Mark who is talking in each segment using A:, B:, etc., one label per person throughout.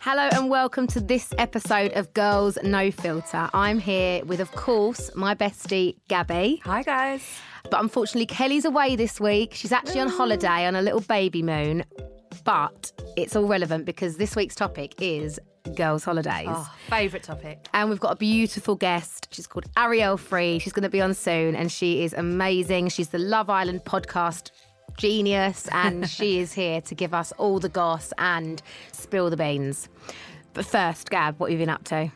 A: Hello and welcome to this episode of Girls No Filter. I'm here with, of course, my bestie, Gabby.
B: Hi guys.
A: But unfortunately, Kelly's away this week. She's actually on holiday on a little baby moon. But it's all relevant because this week's topic is girls' holidays.
B: favorite topic.
A: And we've got a beautiful guest. She's called Ariel Free. She's going to be on soon, and she is amazing. She's the Love Island podcast genius, and she is here to give us all the goss and spill the beans. But first, Gab, what have you been up to?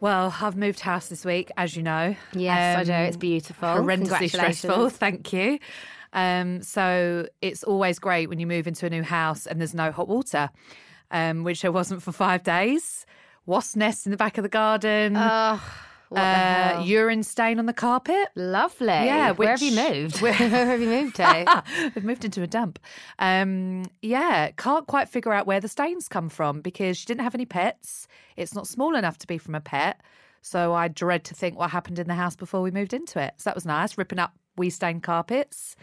B: Well, I've moved house this week, as you know.
A: Yes, I
B: Um,
A: do. It's beautiful.
B: Horrendously
A: Congratulations.
B: stressful. Thank you. Um, so it's always great when you move into a new house and there's no hot water, um, which there wasn't for five days. Wasp nest in the back of the garden.
A: Ugh, Oh, what the
B: uh,
A: hell?
B: urine stain on the carpet.
A: Lovely.
B: Yeah,
A: Where have you
B: which-
A: moved? Where have you moved to?
B: We've moved into a dump. Um, yeah, can't quite figure out where the stains come from because she didn't have any pets. It's not small enough to be from a pet. So I dread to think what happened in the house before we moved into it. So that was nice, ripping up wee stained carpets.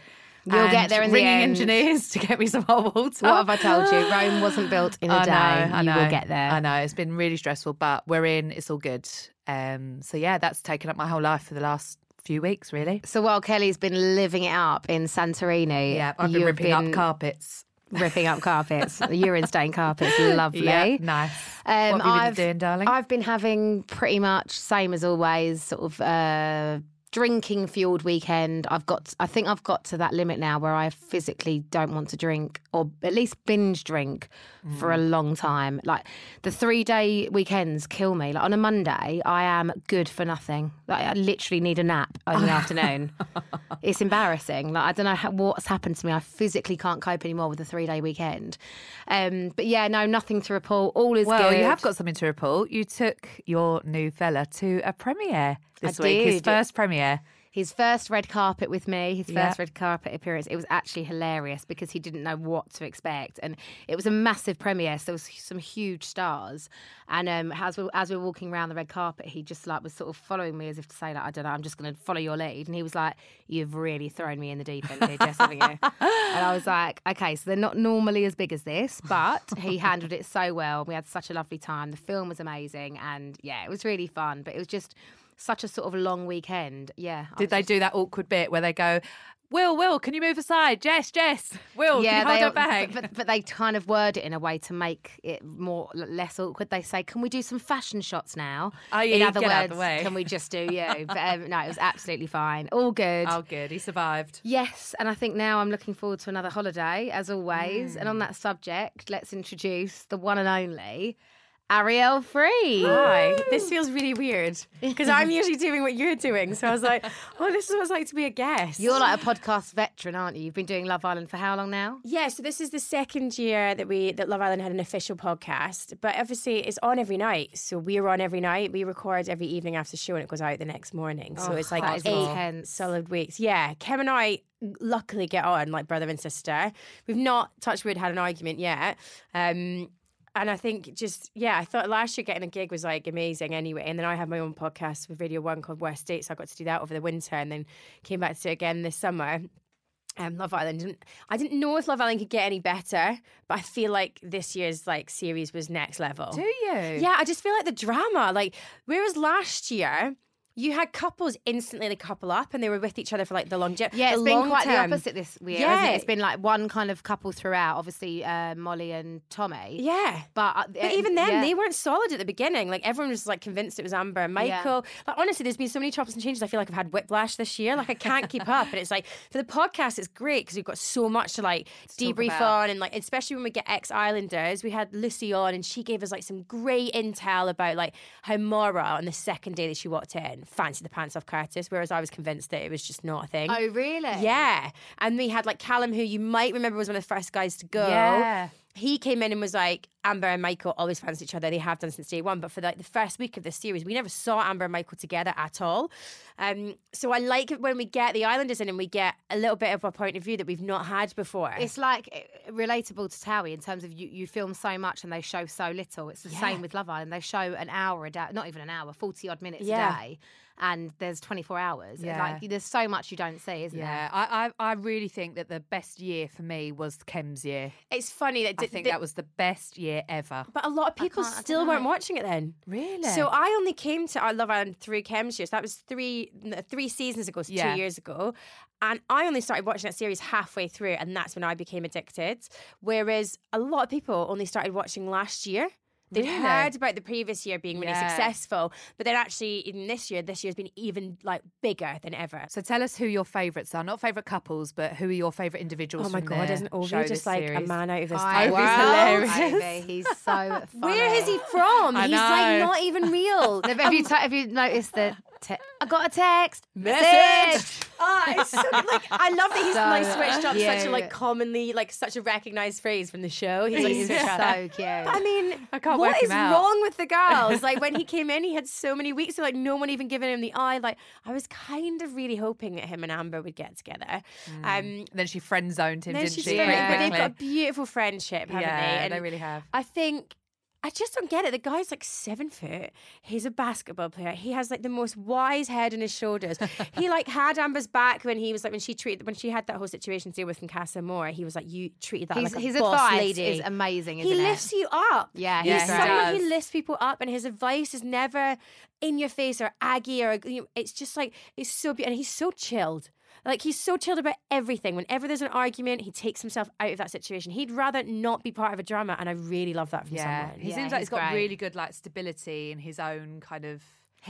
A: You'll get
B: and
A: there in the
B: ringing
A: end.
B: engineers to get me some hot water.
A: What have I told you? Rome wasn't built in a
B: I
A: day.
B: know, I
A: you
B: know.
A: will get there.
B: I know. It's been really stressful, but we're in. It's all good. Um, so yeah, that's taken up my whole life for the last few weeks, really.
A: So while Kelly's been living it up in Santorini,
B: Yeah, I've been
A: you've
B: ripping
A: been
B: up carpets.
A: ripping up carpets, urine stained carpets. Lovely.
B: Yeah, nice.
A: Um,
B: what have you been
A: I've-
B: doing, darling?
A: I've been having pretty much same as always, sort of uh, drinking fueled weekend. I've got, I think I've got to that limit now where I physically don't want to drink or at least binge drink for a
B: Mm.
A: long time. Like the three day weekends kill me. Like on a Monday, I am good for nothing. Like I literally need a nap in the afternoon. It's embarrassing. Like I don't know how, what's happened to me. I physically can't cope anymore with a three day weekend. Um, but yeah, no, nothing to report. All is
B: Well,
A: good.
B: you have got something to report. You took your new fella to a premiere this
A: I
B: week, his
A: did.
B: first premiere.
A: his first red carpet with me, his
B: Yeah.
A: first red carpet appearance. It was actually hilarious because he didn't know what to expect, and it was a massive premiere. So there was some huge stars, and um, as we as we were walking around the red carpet, he just like was sort of following me as if to say, like, I don't know, I'm just going to follow your lead. And he was like, You've really thrown me in the deep end here, Jess, haven't you? and I was like, Okay, so they're not normally as big as this, but he handled it so well. We had such a lovely time. The film was amazing, and yeah, it was really fun. But it was just. Such a sort of long weekend, yeah. I
B: Did they do that awkward bit where they go, Will, Will, can you move aside? Jess, Jess, Will,
A: yeah,
B: can you hold
A: they,
B: her back?
A: But, but, but they kind of word it in a way to make it more less awkward. They say, "Can we do some fashion shots now?"
B: Oh, yeah,
A: in
B: you
A: other
B: get
A: words,
B: out the way.
A: can we just do you? But um, no, it was absolutely fine. All good.
B: oh, good. He survived.
A: Yes, and I think now I'm looking forward to another holiday, as always. And on
B: Hmm.
A: that subject, let's introduce the one and only Ariel Free.
C: Hi. This feels really weird because I'm usually doing what you're doing. So I was like, oh, this is what it's like to be a guest.
A: You're like a podcast veteran, aren't you? You've been doing Love Island for how long now?
C: yeah, so this is the second year that we that Love Island had an official podcast, but obviously it's on every night. So we're on every night. We record every evening after the show and it goes out the next morning. So
A: Oh,
C: it's like
A: that is
C: eight
A: intense.
C: solid weeks. Yeah, Kim and I luckily get on like brother and sister. We've not touch wood had an argument yet. Um, and I think just yeah, I thought last year getting a gig was like amazing anyway. And then I had my own podcast with Radio One called West States. So I got to do that over the winter, and then came back to it again this summer. Um, Love Island. Didn't, I didn't know if Love Island could get any better, but I feel like this year's like series was next level.
B: Do you?
C: Yeah, I just feel like the drama. Like, whereas last year, you had couples instantly they couple up and they were with each other for like the long jet.
A: Yeah,
C: the
A: it's been
C: long
A: quite
C: term.
A: the opposite this year,
C: Yeah.
A: hasn't it? It's been like one kind of couple throughout, obviously uh, Molly and Tommy.
C: Yeah.
A: But, uh,
C: But
A: uh,
C: even then,
A: yeah.
C: they weren't solid at the beginning. Like everyone was like convinced it was Amber and
A: Yeah.
C: Michael. Like honestly, there's been so many chops and changes. I feel like I've had whiplash this year. Like I can't keep up. And it's like for the podcast, it's great because we've got so much to like
B: talk
C: debrief
B: about.
C: on, and like especially when we get ex Islanders, we had Lucy on, and she gave us like some great intel about like how Mara on the second day that she walked in fancied the pants off Curtis, whereas I was convinced that it was just not a thing.
A: Oh, really?
C: Yeah. And we had like Callum, who you might remember was one of the first guys to go.
B: Yeah.
C: He came in and was like, Amber and Michael always fancied each other. They have done since day one. But for like the first week of this series, we never saw Amber and Michael together at all. Um, so I like it when we get the Islanders in and we get a little bit of a point of view that we've not had before.
A: It's like uh, relatable to Towie in terms of you, you film so much and they show so little. It's the same with Love Island. They show an hour a day, not even an hour, 40 odd minutes
C: Yeah.
A: a day, and there's 24 hours. It's
B: Yeah.
A: Like there's so much you don't see, isn't
B: Yeah, I, I, I really think that the best year for me was Kem's year.
C: It's funny that
B: I think that was the best year ever.
C: But a lot of people
A: can't- I don't
C: still weren't
A: know.
C: watching it then.
B: Really?
C: So I only came to I Love Island through Chem's years. That was three n- three seasons ago, so
B: Yeah.
C: two years ago, and I only started watching that series halfway through, and that's when I became addicted. Whereas a lot of people only started watching last year. They'd
B: Really?
C: heard about the previous year being really
B: Yeah.
C: successful, but then actually in this year, this year's been even like bigger than ever. Oh
B: So tell us who your favourites are. Not favourite couples, but who are your favourite individuals?
C: Oh my
B: from
C: god,
B: the
C: isn't Ovi
B: show
C: just
B: this
C: like a
B: series?
C: man out of his
A: I
C: Ovi's
A: love
C: hilarious.
A: Ivy. He's so funny.
C: Where is he from?
B: I
C: He's like
B: know.
C: not even real.
A: Have you, t- have you noticed that? Te- I got a text.
C: Message. Ah, it's so, like I love that he's
A: So-
C: like switched up
A: yeah,
C: such a
A: yeah.
C: like commonly like such a recognized phrase from the show. He's like
A: He's
C: switched up.
A: so cute.
C: I mean,
B: I can't
C: what
B: work him
C: is
B: out.
C: wrong with the girls? Like when he came in, he had so many weeks of like no one even giving him the eye. Like I was kind of really hoping that him and Amber would get together. Um,
B: And then she friend zoned him,
C: no,
B: Mm. didn't
C: she's
B: she?
C: great,
B: pretty
C: but they've
B: quickly?
C: got a beautiful friendship, haven't
B: yeah,
C: they?
B: they
C: And
B: really have.
C: I think I just don't get it. The guy's like seven foot. He's a basketball player. He has like the most wise head on his shoulders. he like had Amber's back when he was like when she treated when she had that whole situation to deal with from Casa More. He was like, you treated that
A: His,
C: like a
A: his
C: boss
A: advice
C: lady.
A: is amazing.
C: he
A: Isn't it?
C: lifts you up.
A: Yeah,
C: he's
B: he
C: someone
B: does.
C: who lifts people up, and his advice is never in your face or aggy or you know, it's just like it's so beautiful. And he's so chilled. Like he's so chilled about everything. Whenever there's an argument, he takes himself out of that situation. He'd rather not be part of a drama, and I really love that from
B: Yeah,
C: someone.
B: he
A: Yeah,
B: seems like
A: he's
B: he's got
A: great.
B: really good like stability in his own kind of.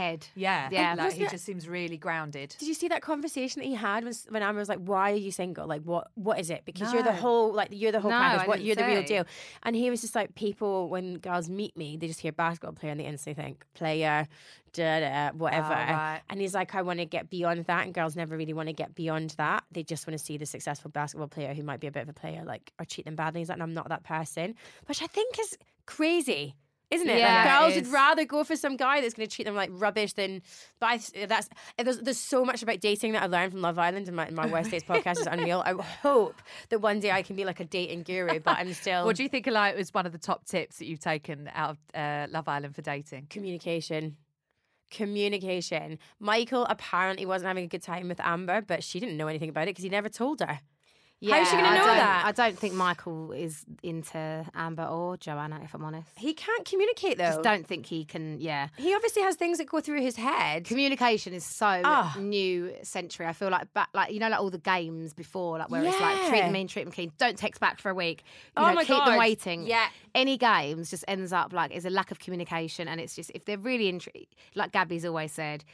A: head.
B: Yeah,
A: Yeah.
B: Like, he
C: wasn't it-
B: just seems really grounded.
C: Did you see that conversation that he had when, when Amber was like, "Why are you single? Like, what what is it? Because you're the
B: No.
C: whole like you're the whole
A: No,
C: package.
A: I
C: What
A: didn't
C: you're the real
A: say.
C: deal." And he was just like, "People when girls meet me, they just hear basketball player and they instantly think player, da da, whatever."
B: Oh, right.
C: And he's like, "I want to get beyond that." And girls never really want to get beyond that. They just want to see the successful basketball player who might be a bit of a player, like or treat them badly. He's like, and "I'm not that person," which I think is crazy. Isn't it?
A: Yeah, it
C: like girls would
A: is.
C: rather go for some guy that's going to treat them like rubbish than. But I, th- that's and there's there's so much about dating that I learned from Love Island and my, my West Days podcast is unreal. I hope that one day I can be like a dating guru, but I'm still
B: What do you think? Like, was one of the top tips that you've taken out of uh, Love Island for dating?
C: communication. Communication. Michael apparently wasn't having a good time with Amber, but she didn't know anything about it because he never told her.
A: Yeah,
C: is she gonna
A: I
C: know
A: don't-
C: that?
A: I don't think Michael is into Amber or Joanna, if I'm honest.
C: He can't communicate though.
A: Just don't think he can. Yeah,
C: He obviously has things that go through his head.
A: communication is so
C: Ah.
A: new century. I feel like back, like you know, like all the games before, like where it's like treat
C: Yeah.
A: them mean, treat them keen. Don't text back for a week. You
C: Oh
A: know,
C: my
A: keep
C: God.
A: them waiting.
C: Yeah.
A: any games just ends up like it's a lack of communication, and it's just if they're really into, like Gabby's always said.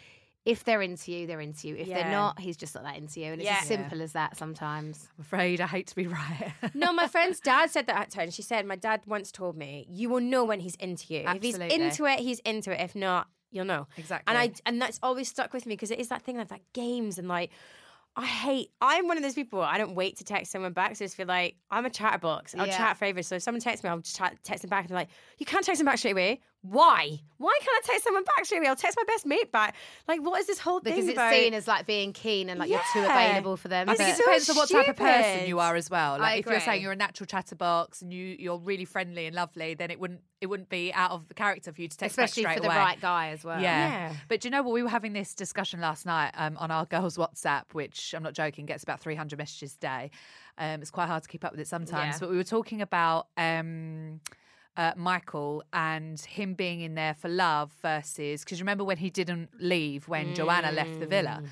A: If they're into you, they're into you. If
C: Yeah.
A: they're not, he's just not that into you. And it's
C: Yeah.
A: as simple as that sometimes.
B: I'm afraid I hate to be right.
C: No, my friend's dad said that at her, and she said, My dad once told me, you will know when he's into you. If
B: Absolutely.
C: he's into it, he's into it. If not, you'll know.
B: Exactly.
C: And I and that's always stuck with me because it is that thing of like games and like I hate I'm one of those people I don't wait to text someone back. So I just feel like I'm a chatterbox. I'll
A: Yeah.
C: chat forever. So if someone texts me, I'll just chat, text them back and be like, You can't text them back straight away. Why? Why can't I text someone back straight away? I'll text my best mate back. Like what is this whole
A: Because
C: thing
A: it's
C: about?
A: seen as like being keen and like you're too
C: Yeah.
A: available for them.
C: I
A: but-
C: think
B: think
C: it's
B: it depends on what type of person
C: stupid.
B: you are as well. Like if you're saying
A: agree.
B: you're a natural chatterbox and you you're really friendly and lovely, then it wouldn't it wouldn't be out of the character for you to text back
A: especially
B: straight
A: for the
B: away.
A: right guy as well.
B: Yeah.
C: Yeah.
B: But do you know what? We were having this discussion last night um, on our girls' WhatsApp, which I'm not joking, gets about 300 messages a day. Um, it's quite hard to keep up with it sometimes.
A: Yeah.
B: But we were talking about um, uh, Michael and him being in there for love versus, because remember when he didn't leave when Joanna left the villa?
A: Mm.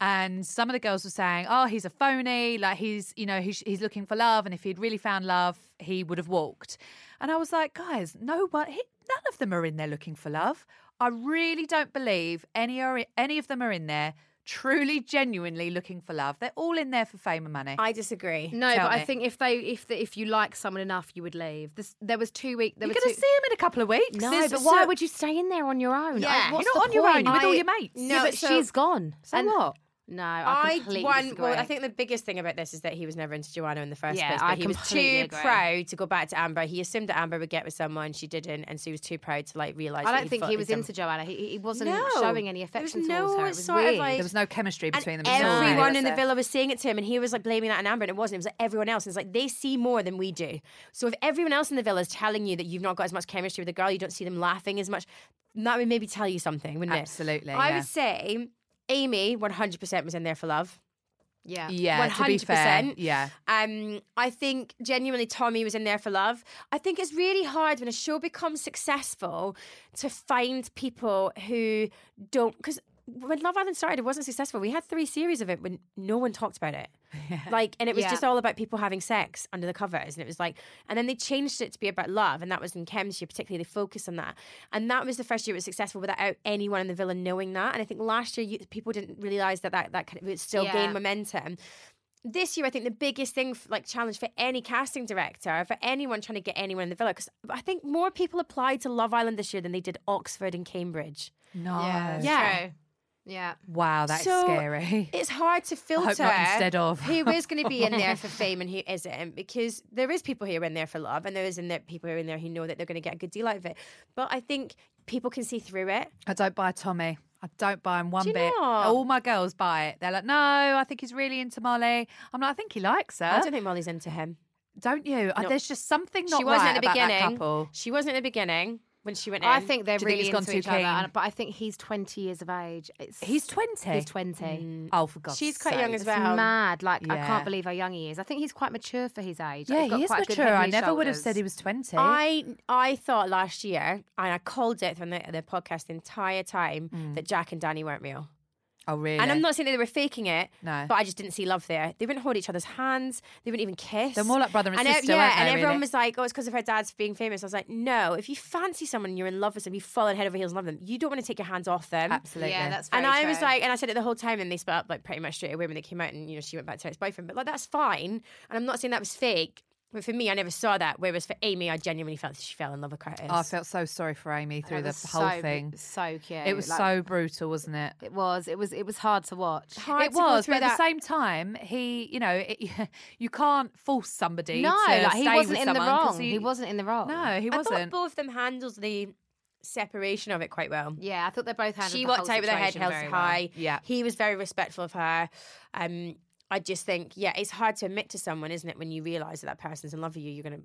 B: And some of the girls were saying, "Oh, he's a phony. Like he's, you know, he's, he's looking for love. And if he'd really found love, he would have walked." And I was like, "Guys, no one, he, none of them are in there looking for love. I really don't believe any are any of them are in there truly, genuinely looking for love. They're all in there for fame and money.
C: I disagree.
A: No,
B: Tell
A: but
B: me.
A: I think if they if the, if you like someone enough, you would leave. This, there was two weeks. There
B: You're
A: were
B: going to see
A: two-
B: him in a couple of weeks.
A: No,
B: There's-
A: but
B: so-
A: why would you stay in there on your own?
C: Yeah.
A: I,
C: You're
A: what's
B: You're
A: the
B: not on your own.
A: point?
B: You're with all
C: I-
B: your mates.
C: No,
A: yeah, but
C: so-
A: she's gone.
B: So what?
A: No, I, completely
C: one.
A: disagree.
C: Well, I think the biggest thing about this is that he was never into Joanna in the first
A: Yeah,
C: place. But
A: I
C: he was
A: completely
C: too
A: agree.
C: proud to go back to Amber. He assumed that Amber would get with someone. She didn't, and so he was too proud to like realize.
A: I
C: that
A: don't think
C: thought
A: he
C: he'd
A: was
C: done-
A: into Joanna. He, he wasn't
C: No.
A: showing any
C: There was
A: affection towards
C: no
A: her. It was
C: sort of,
A: weird.
C: like-
B: There was no chemistry
C: And
B: between them. at all.
C: everyone in the
A: Yeah.
C: villa was saying it to him, and he was like blaming that on Amber, and it wasn't. It was like everyone else. And it's like they see more than we do. So if everyone else in the villa is telling you that you've not got as much chemistry with a girl, you don't see them laughing as much, that would maybe tell you something, wouldn't it?
B: Absolutely.
C: I
B: yeah.
C: would say Amy 100% was in there for love.
A: Yeah.
B: Yeah, to be fair.
C: 100%.
B: Yeah.
C: Um, I think genuinely Tommy was in there for love. I think it's really hard when a show becomes successful to find people who don't because when Love Island started, it wasn't successful. We had three series of it when no one talked about it. Like, and it was
A: Yeah.
C: just all about people having sex under the covers. And it was like, and then they changed it to be about love. And that was in chemistry, particularly, they focused on that. And that was the first year it was successful without anyone in the villa knowing that. And I think last year, you, people didn't realize that that, that kind of, it still
A: Yeah.
C: gained momentum this year, I think the biggest thing, f- like challenge for any casting director, for anyone trying to get anyone in the villa, because I think more people applied to Love Island this year than they did Oxford and Cambridge.
B: No.
A: Yeah.
C: Yeah.
A: True. Yeah.
B: Wow, that's
C: So,
B: scary.
C: It's hard to
B: I
C: filter
B: hope not instead of.
C: who is going to be in there for fame and who isn't, because there is people who are in there for love, and there is in there people who are in there who know that they're going to get a good deal out of it. But I think people can see through it.
B: I don't buy Tommy. I don't buy him one
C: you
B: bit.
C: not?
B: All my girls buy it. They're like, no, I think he's really into Molly. I'm like, I think he likes her.
C: I
B: don't,
C: don't think Molly's into him.
B: you? Uh,
C: No.
B: There's just something not
C: she wasn't
B: right
C: at the
B: about that
C: beginning.
B: couple.
C: She wasn't at the beginning when she went in.
A: I think they're
B: Do you think
A: really
B: he's gone
A: into
B: too
A: each other,
B: keen?
A: and- but I think he's 20 years of age. It's,
B: He's 20.
A: He's 20.
B: Oh, for God's
C: she's quite
B: sake.
C: young as
A: It's
C: well.
A: mad. Like I
B: Yeah.
A: can't believe how young he is. I think he's quite mature for his age. Like,
B: Yeah,
A: he's got
B: he is
A: quite a good
B: mature.
A: head on
B: I
A: his
B: never would have
A: shoulders.
B: said he was 20.
C: I I thought last year, and I called it from the, the podcast the entire time
B: Mm.
C: that Jack and Danny weren't real.
B: oh, really?
C: And I'm not saying that they were faking it,
B: No.
C: but I just didn't see love there. They wouldn't hold each other's hands. They wouldn't even kiss.
B: They're more like brother and
C: ev-
B: sister,
C: yeah,
B: aren't they,
C: and everyone
B: really?
C: was like, "Oh, it's because of her dad's being famous." I was like, "No, if you fancy someone, and you're in love with them, you fall in head over heels in love with them. You don't want to take your hands off them."
B: Absolutely.
A: Yeah, that's
C: and
A: very
C: I was
A: true.
C: like, and I said it the whole time, and they split up like pretty much straight away when they came out, and you know she went back to her ex-boyfriend. But like that's fine, and I'm not saying that was fake. But for me, I never saw that. Whereas for Amy, I genuinely felt that she fell in love with Curtis.
B: Oh, I felt so sorry for Amy
A: That
B: through the
A: was
B: whole
A: so,
B: thing.
A: So cute.
B: It was
A: Like,
B: so brutal, wasn't it?
A: It was. It was. It was hard to watch.
C: Hard
B: it
C: to go
B: was,
C: through
B: but at
C: that-
B: the same time, he, you know, it, you can't force somebody.
A: No,
B: to
A: like he
B: stay
A: wasn't
B: with
A: in the
B: someone 'cause
A: wrong. He, wasn't in the wrong.
B: No, he
C: I
B: wasn't.
C: thought both of them handled the separation of it quite well.
A: Yeah, I thought they both handled.
C: she
A: the
C: walked
A: whole
C: out with her head
A: situation
C: held
A: very well.
C: high.
B: Yeah.
C: he was very respectful of her. Um, I just think, yeah, it's hard to admit to someone, isn't it, when you realise that that person's in love with you, you're gonna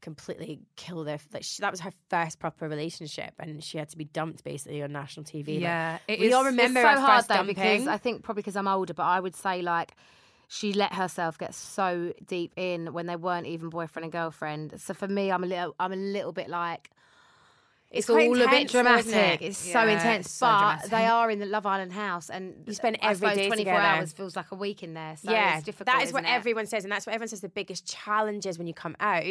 C: completely kill their. Like she, that was her first proper relationship, and she had to be dumped basically on national TV. Like,
B: Yeah, it
C: we
B: is-
C: all
B: it's
C: remember
A: so
C: our
A: hard
C: first
A: though
C: dumping.
A: because I think probably because I'm older, but I would say like she let herself get so deep in when they weren't even boyfriend and girlfriend. So for me, I'm a little, I'm a little bit like. It's, all
C: quite
A: a bit
C: intense though, isn't
A: dramatic.
C: it?
A: It's so
B: Yeah,
A: intense,
B: it's so
A: but
B: dramatic.
A: they are in the Love Island house, and
C: You spend
A: I
C: every
A: suppose
C: day
A: 24
C: together.
A: hours feels like a week in there. So
C: yeah,
A: it's difficult.
C: that is what
A: isn't it?
C: everyone says, and that's what everyone says. The biggest challenge is when you come out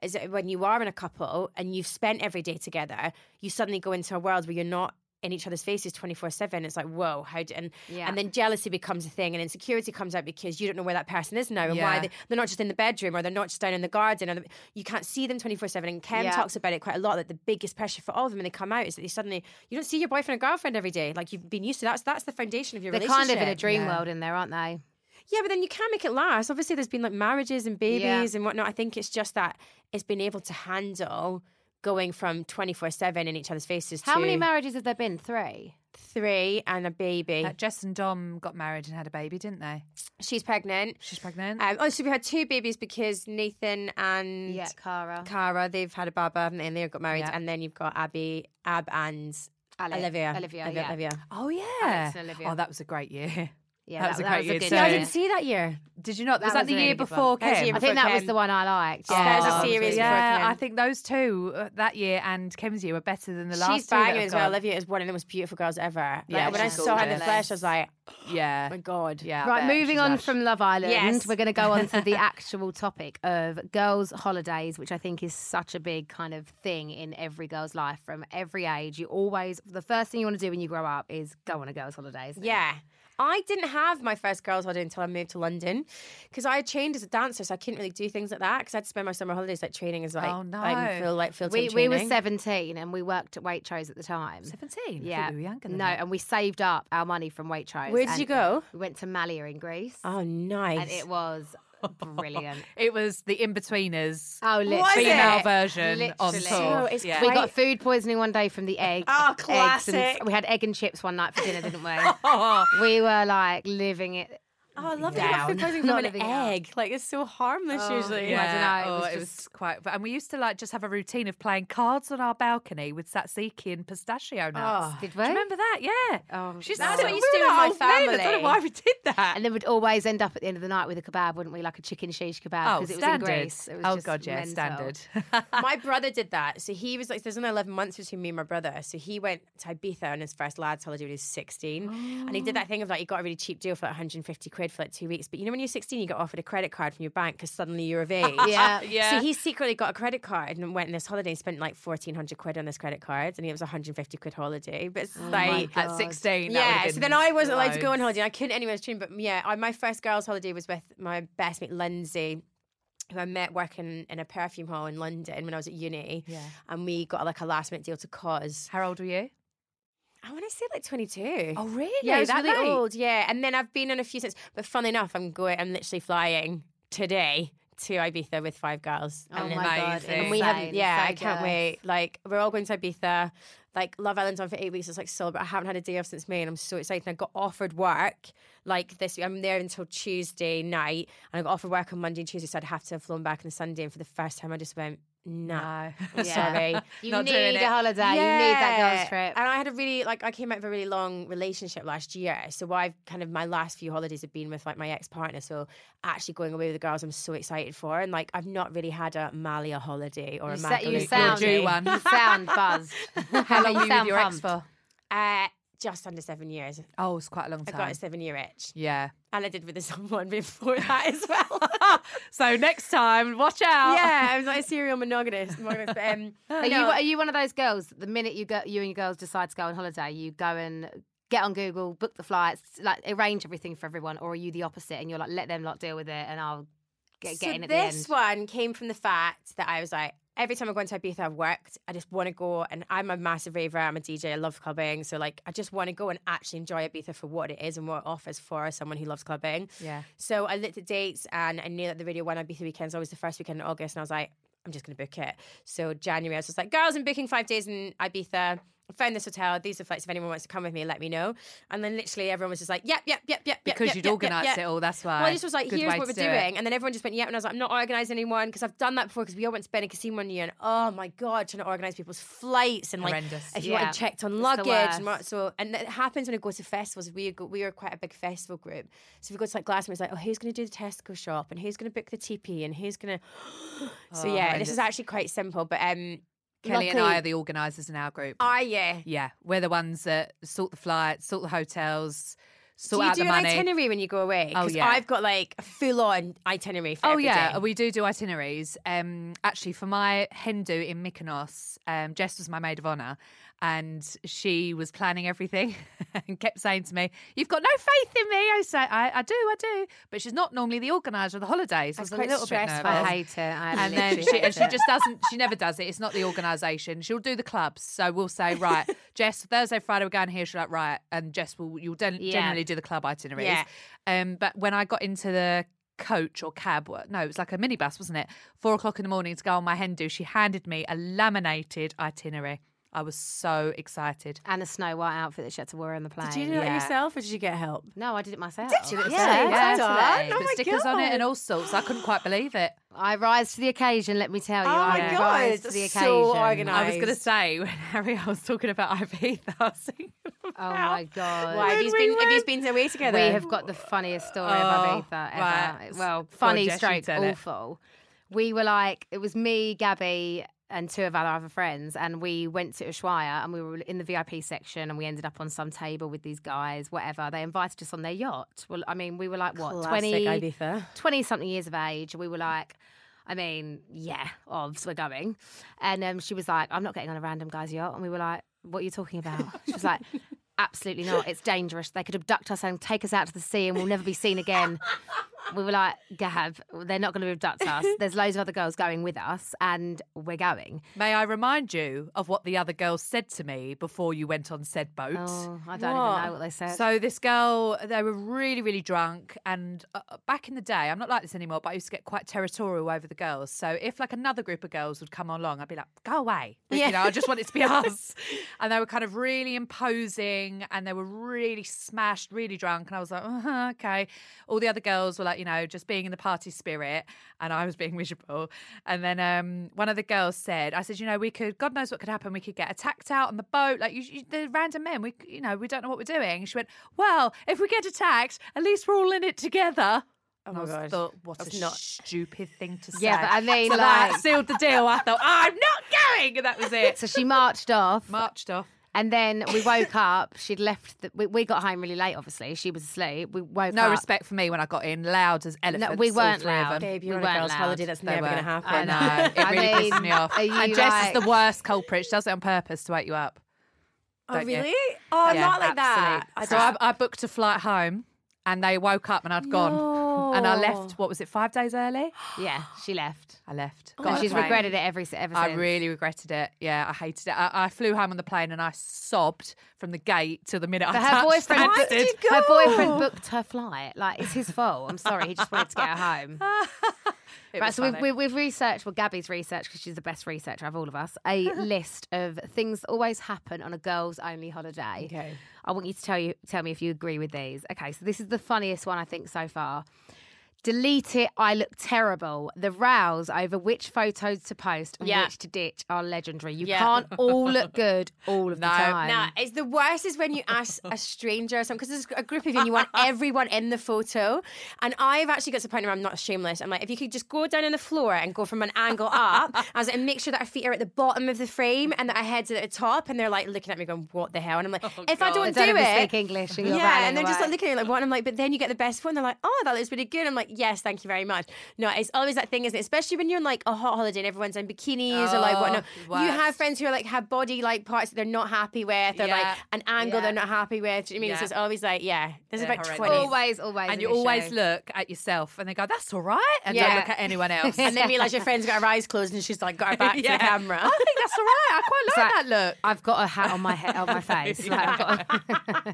C: is that when you are in a couple and you've spent every day together, you suddenly go into a world where you're not in each other's faces twenty four seven. It's like whoa, how do, and
A: Yeah.
C: and then jealousy becomes a thing, and insecurity comes out because you don't know where that person is now and why
B: Yeah.
C: they, they're not just in the bedroom or they're not just down in the garden, or the- you can't see them twenty four seven. And Kem
A: Yeah.
C: talks about it quite a lot that the biggest pressure for all of them when they come out is that they suddenly you don't see your boyfriend or girlfriend every day like you've been used to. That's that's the foundation of your
A: They're
C: relationship.
A: kind of in a dream
B: Yeah.
A: world in there, aren't they?
C: Yeah, but then you can make it last. Obviously, there's been like marriages and babies
A: Yeah.
C: and whatnot. I think it's just that it's been able to handle going from 24 7 in each other's faces
A: How
C: to
A: many marriages have there been? Three.
C: three and a baby.
B: Like, Jess and Dom got married and had a baby, didn't they?
C: She's pregnant.
B: She's pregnant.
A: Uh,
C: Um, oh, so we had two babies because Nathan and
A: Yeah, Cara.
C: Cara, they've had a baba, haven't they? And they got married.
B: Yeah.
C: And then you've got Abby, Ab, and
A: Ale-
C: Olivia.
A: Olivia,
C: Olivia.
A: yeah.
C: Olivia.
B: oh yeah,
A: Alex and Olivia.
B: oh that was a great year.
A: Yeah,
B: That was a great year
A: good
B: too.
C: Yeah,
B: Yeah.
C: I didn't see that year.
B: Did you not?
A: That
B: was that
A: was
B: the
A: a
B: year
A: really good
B: before
A: one.
C: That was the
B: Kim?
C: year
A: I
C: before
A: think that was
C: Ken.
A: the one I liked.
C: Yeah, that was a
A: that was
C: series
A: really
C: before
A: good.
B: Yeah,
C: Ken.
B: I think those two uh, that year and Kim's year were better than the last.
C: She's
B: two that
C: banging
B: have
C: as well.
B: gone.
C: Olivia is one of the most beautiful girls ever. Like,
B: Yeah,
C: when I
A: she's
C: saw her in the
A: gorgeous.
C: flesh, I was like, oh
B: Yeah,
C: my God.
B: yeah. I
A: Right,
B: bet
A: moving
B: she's
A: on
B: ash.
A: from Love Island,
C: Yes.
A: we're going to go on to the actual topic of girls' holidays, which I think is such a big kind of thing in every girl's life from every age. You always, the first thing you want to do when you grow up is go on a girls' holidays.
C: Yeah. I didn't have my first girls' holiday until I moved to London because I had trained as a dancer, so I couldn't really do things like that because I'd spend my summer holidays like training as like
B: Oh, no.
C: like feel like field
A: We,
C: time
A: we were
C: training.
A: 17 and we worked at Waitrose at the time.
B: seventeen. I
A: Yeah.
B: thought you were younger than
A: no,
B: that.
A: and we saved up our money from Waitrose.
C: Where did
A: and
C: you go?
A: We went to Malia in Greece.
C: Oh, nice.
A: And it was brilliant.
B: It was the in betweeners.
A: Oh, literally.
B: female version on
A: Literally.
B: tour.
C: So it's
B: yeah.
A: We got food poisoning one day from the egg.
B: Ah,
C: Oh,
A: eggs and f-
C: classic.
A: we had egg and chips one night for dinner, didn't we? we were like living it.
C: Oh, I love
A: down.
C: it. You're proposing
A: Not
C: from an
A: living it up.
C: egg. Like it's so harmless
A: Oh,
C: usually.
A: yeah. I dunno, it
B: oh,
A: was
B: it was quite. But, and we used to like just have a routine of playing cards on our balcony with tzatziki and pistachio nuts.
C: Oh.
A: Did
B: Do
A: we?
B: you remember that? Yeah.
A: Oh,
B: She's
A: no. That's
B: that's what
A: what
B: you
A: we
B: do
A: were
B: with my
A: old
B: family.
A: men, I
B: I don't know why we did that.
A: And then we'd always end up at the end of the night with a kebab, wouldn't we? Like a chicken shish kebab because it
B: Oh,
A: was in
B: standard.
A: Greece. It was
B: oh
A: just
B: god, yeah,
A: mental.
B: standard.
C: my brother did that. So he was like, there's only 11 months between me and my brother. So he went to Ibiza on his first lads holiday when he was 16. And he did
A: Oh.
C: that thing of like, he got a really cheap deal for like 150 quid for like two weeks. But you know, when you're 16, you get offered a credit card from your bank because suddenly you're of age.
A: Yeah.
B: yeah.
C: So he secretly got a credit card and went on this holiday and spent like 1400 quid on this credit card. And it was a 150 quid holiday. But it's like,
B: At sixteen, Oh that
C: yeah,
B: would've
C: so
B: been
C: then I wasn't allowed to go on
B: loads.
C: holiday. I couldn't anywhere stream, but yeah, I, my first girls' holiday was with my best mate Lindsay, who I met working in a perfume hall in London when I was at uni.
B: Yeah.
C: And we got like a last minute deal to cause.
B: How old were you?
C: I want to say like 22.
B: Oh really?
C: yeah, I was
B: that
C: really
B: late?
C: old. Yeah, and then I've been on a few since. But fun enough, I'm going. I'm literally flying today to Ibiza with five girls.
A: Oh
C: and then-
A: my god.
B: Amazing. And
C: and we
A: insane,
C: haven't, yeah,
A: so
C: I can't
A: jealous.
C: wait. Like, we're all going to Ibiza. Like, Love Island's on for eight weeks. It's like so, but I haven't had a day off since May, and I'm so excited. And I got offered work like this. I'm there until Tuesday night, and I got offered work on Monday and Tuesday, so I'd have to have flown back on the Sunday. And for the first time, I just went, nah.
B: No.
A: Yeah.
C: Sorry.
A: You
B: Not
A: need
B: doing it.
A: a holiday. You need that
C: Yeah.
A: girls trip.
C: And I had a really like I came out of a really long relationship last year. So I've kind of my last few holidays have been with like my ex partner. So actually going away with the girls I'm so excited for. And like I've not really had a Malia holiday or
A: You,
C: a
A: sa-
C: Magdalena
A: you
B: You'll
A: sound
B: do one.
A: You sound buzzed.
B: How long
A: You
B: were you with
A: sound
B: your ex
A: pumped.
B: for?
C: Uh, just under seven years.
B: Oh, it's quite a long
C: I
B: time.
C: got a seven year itch.
B: yeah.
C: And I did with someone before that as well.
B: So next time, watch out.
C: yeah, I was like a serial monogamous. monogamous but, um,
A: Are you
C: no.
A: are you one of those girls? that The minute you go, you and your girls decide to go on holiday, you go and get on Google, book the flights, like arrange everything for everyone, or are you the opposite and you're like, let them lot deal with it, and I'll get
C: so
A: get in at
C: this
A: the end.
C: one came from the fact that I was like, every time I go into Ibiza, I've worked. I just want to go, and I'm a massive raver. I'm a DJ. I love clubbing, so like, I just want to go and actually enjoy Ibiza for what it is and what it offers for someone who loves clubbing.
B: Yeah.
C: So I looked at dates, and I knew that the Radio One Ibiza weekend is always the first weekend in August, and I was like, I'm just going to book it. So January, I was just like, girls, I'm booking five days in Ibiza. I found this hotel. These are flights. If anyone wants to come with me, let me know. And then literally everyone was just like, yep, yep, yep, yep.
B: Because
C: yep,
B: you'd
C: yep, yep,
B: organised
C: yep.
B: it all, that's why.
C: Well, I just was like,
B: Good
C: here's
B: way
C: what
B: to
C: we're
B: do it.
C: doing. And then everyone just went, yep. And I was like, I'm not organising anyone because I've done that before because we all went to Benicassim one year. And oh my God, trying to organise people's flights and like,
B: Horrendous.
C: if you
A: Yeah.
C: wanted checked on
A: the
C: luggage.
A: worst.
C: And what- so, and it happens when I go to festivals. We go, we are quite a big festival group. So we go to like Glasgow, it's like, oh, who's going to do the Tesco shop? And who's going to book the TP? And who's going to.
B: Oh,
C: So yeah, this
B: horrendous.
C: is actually quite simple. But um,
B: Kelly and
C: luckily-
B: I are the organisers in our group.
C: Ah, yeah.
B: yeah. We're the ones that sort the flights, sort the hotels, sort
C: do you
B: out
C: do
B: the
C: an
B: money.
C: itinerary when you go away?
B: Oh,
C: 'Cause
B: yeah.
C: I've got like a full on itinerary for
B: Oh
C: every
B: yeah,
C: day.
B: we do do itineraries. Um, actually, for my Hindu in Mykonos, um, Jess was my maid of honour, and she was planning everything and kept saying to me, "You've got no faith in me." I say, "I, I do, I do," but she's not normally the organiser of the holidays. So I was
C: That's
B: quite a
C: quite
B: little bit
C: stressful.
B: nervous.
A: I hate it. I
B: and then
A: literally
B: she,
A: hate
B: and she
A: it.
B: just doesn't she never does it it's not the organisation she'll do the clubs so we'll say right jess thursday friday we're going here she'll like right and jess will you'll gen-
A: Yeah.
B: generally do the club itineraries
C: Yeah.
B: um, but when i got into the coach or cab wha- no it was like a minibus wasn't it four o'clock in the morning to go on my hen do she handed me a laminated itinerary i was so excited
A: and a Snow White outfit that she had to wear on the plane.
C: Did you do that
B: Yeah.
C: yourself or did you get help?
A: No, I did it myself.
C: you
A: Yeah,
C: actually?
A: yeah,
C: Well
A: totally.
C: done. Oh
B: Put
C: my
B: stickers on it
C: God.
B: and all sorts i couldn't quite believe it
A: I rise to the occasion. Let me tell you,
C: Oh
A: I
C: my God,
A: rise to
C: that's
A: the occasion.
C: so
B: I was going to
C: Nice.
B: say when Harry, I was talking about Ibiza. I was thinking about
A: Oh my
B: Uh,
A: god!
C: Why have you
B: we
C: been? Have you
B: went-
C: been away together?
A: We have got the funniest story of
B: Oh,
A: Ibiza ever.
B: right.
A: Well,
B: Go on,
A: funny
B: Jess, you
A: stroke,
B: tell it.
A: awful. We were like, it was me, Gabby, and two of our other friends, and we went to Ushuaia, and we were in the VIP section, and we ended up on some table with these guys, whatever. They invited us on their yacht. Well, I mean, we were like what twenty,
C: Ibiza.
A: 20 something years of age. We were like, I mean, yeah, obvs, we're going. And um, she was like, I'm not getting on a random guy's yacht. And we were like, what are you talking about? She was like, absolutely not. It's dangerous. They could abduct us and take us out to the sea and we'll never be seen again. we were like, Gav, they're not going to abduct us. There's loads of other girls going with us, and we're going.
B: May I remind you of what the other girl said to me before you went on said boat?
A: Oh, I don't
C: What?
A: even know what they said.
B: So this girl, they were really, really drunk, and uh, uh, back in the day, I'm not like this anymore, but I used to get quite territorial over the girls. So if like another group of girls would come along, I'd be like, "Go away,"
C: Yeah.
B: you know, I just want it to be us. And they were kind of really imposing, and they were really smashed, really drunk, and I was like, uh "Okay." All the other girls were like, you know, just being in the party spirit, and I was being miserable. And then um, one of the girls said, "I said, you know, we could, God knows what could happen. We could get attacked out on the boat, like you, you, the random men. We, you know, we don't know what we're doing." She went, "Well, if we get attacked, at least we're all in it together."
C: Oh
B: And
C: my
B: I was-
C: God.
B: thought, what
C: That's
B: a
C: not-
B: stupid thing to say.
A: Yeah, but I mean,
B: So that
A: like-
B: sealed the deal. I thought, I'm not going, and that was it.
A: So she marched off,
B: Marched off.
A: and then we woke up. She'd left. The, we, we got home really late. Obviously, she was asleep. We woke
B: No
A: up.
B: respect for me when I got in, loud as elephants.
A: we
B: all
A: weren't
B: three of
A: loud.
B: them.
C: Babe,
A: We
C: you're on a
A: weren't
C: girls'
A: loud.
C: holiday. That's
B: They
C: never going to
B: weren't.
C: happen.
A: I know.
B: I know. It really
A: I
B: pissed me
A: mean,
B: off.
A: are you
B: And Jess is
A: like-
B: the worst culprit. She does it on purpose to wake you up.
C: Oh,
B: Don't you?
C: really? Oh, I'm
B: Yeah,
C: not like that.
B: absolute. So I, I booked a flight home and they woke up and I'd gone. And I left, what was it, five days early?
A: Yeah, she left.
B: I left.
C: Oh,
A: And
B: on a
A: she's
B: plane.
A: regretted it every ever since.
B: I really regretted it. Yeah, I hated it. I, I flew home on the plane and I sobbed from the gate to the minute I
A: But
B: touched
A: her boyfriend,
B: Stansted.
A: booked, her boyfriend booked her flight. Like it's his fault. I'm sorry. He just wanted to get her home.
B: It
A: Right,
B: was
A: so we've,
B: funny.
A: we've, we've researched, well, Gabby's researched, because she's the best researcher of all of us, a list of things that always happen on a girls only holiday.
C: Okay.
A: I want you to tell, you, tell me if you agree with these. Okay, so this is the funniest one, I think, so far. Delete it, I look terrible. The rows over which photos to post and
C: Yeah.
A: which to ditch are legendary. You
C: Yeah.
A: can't all look good all of the time.
C: Nah, it's the worst is when you ask a stranger or something because there's a group of you and you want everyone in the photo. And I've actually got to the point where I'm not shameless. I'm like, if you could just go down on the floor and go from an angle up, I was like, and make sure that our feet are at the bottom of the frame and that our heads are at the top. And they're like looking at me going, what the hell? And I'm like,
B: Oh,
C: if I
A: I
C: don't,
A: don't
C: do
A: even
C: it,
A: speak English. And you're
C: yeah, and they're just
A: away.
C: like looking at me like, what? And I'm like, but then you get the best one. They're like, oh, that looks really good. I'm like, yes, thank you very much. No, it's always that thing, isn't it? Especially when you're in like a hot holiday and everyone's in bikinis or like
B: Oh,
C: whatnot.
B: the
C: You have
B: worst.
C: friends who are like have body like parts that they're not happy with or
B: Yeah.
C: like an angle
B: Yeah.
C: they're not happy with. Do you know what I mean? So
B: Yeah.
C: it's always like, yeah, there's
B: They're
C: about
B: horrendous.
C: 20.
A: Always, always. an
B: and you
A: issue.
B: always look at yourself and they go, that's all right. And
C: Yeah.
B: don't look at anyone else.
C: and then realise your friend's got her eyes closed and she's like got her back to the
B: Yeah.
C: camera.
B: I think that's all right. I quite like
A: It's like-
B: that look.
A: I've got a hat on my head, on my face. Like, I've got a-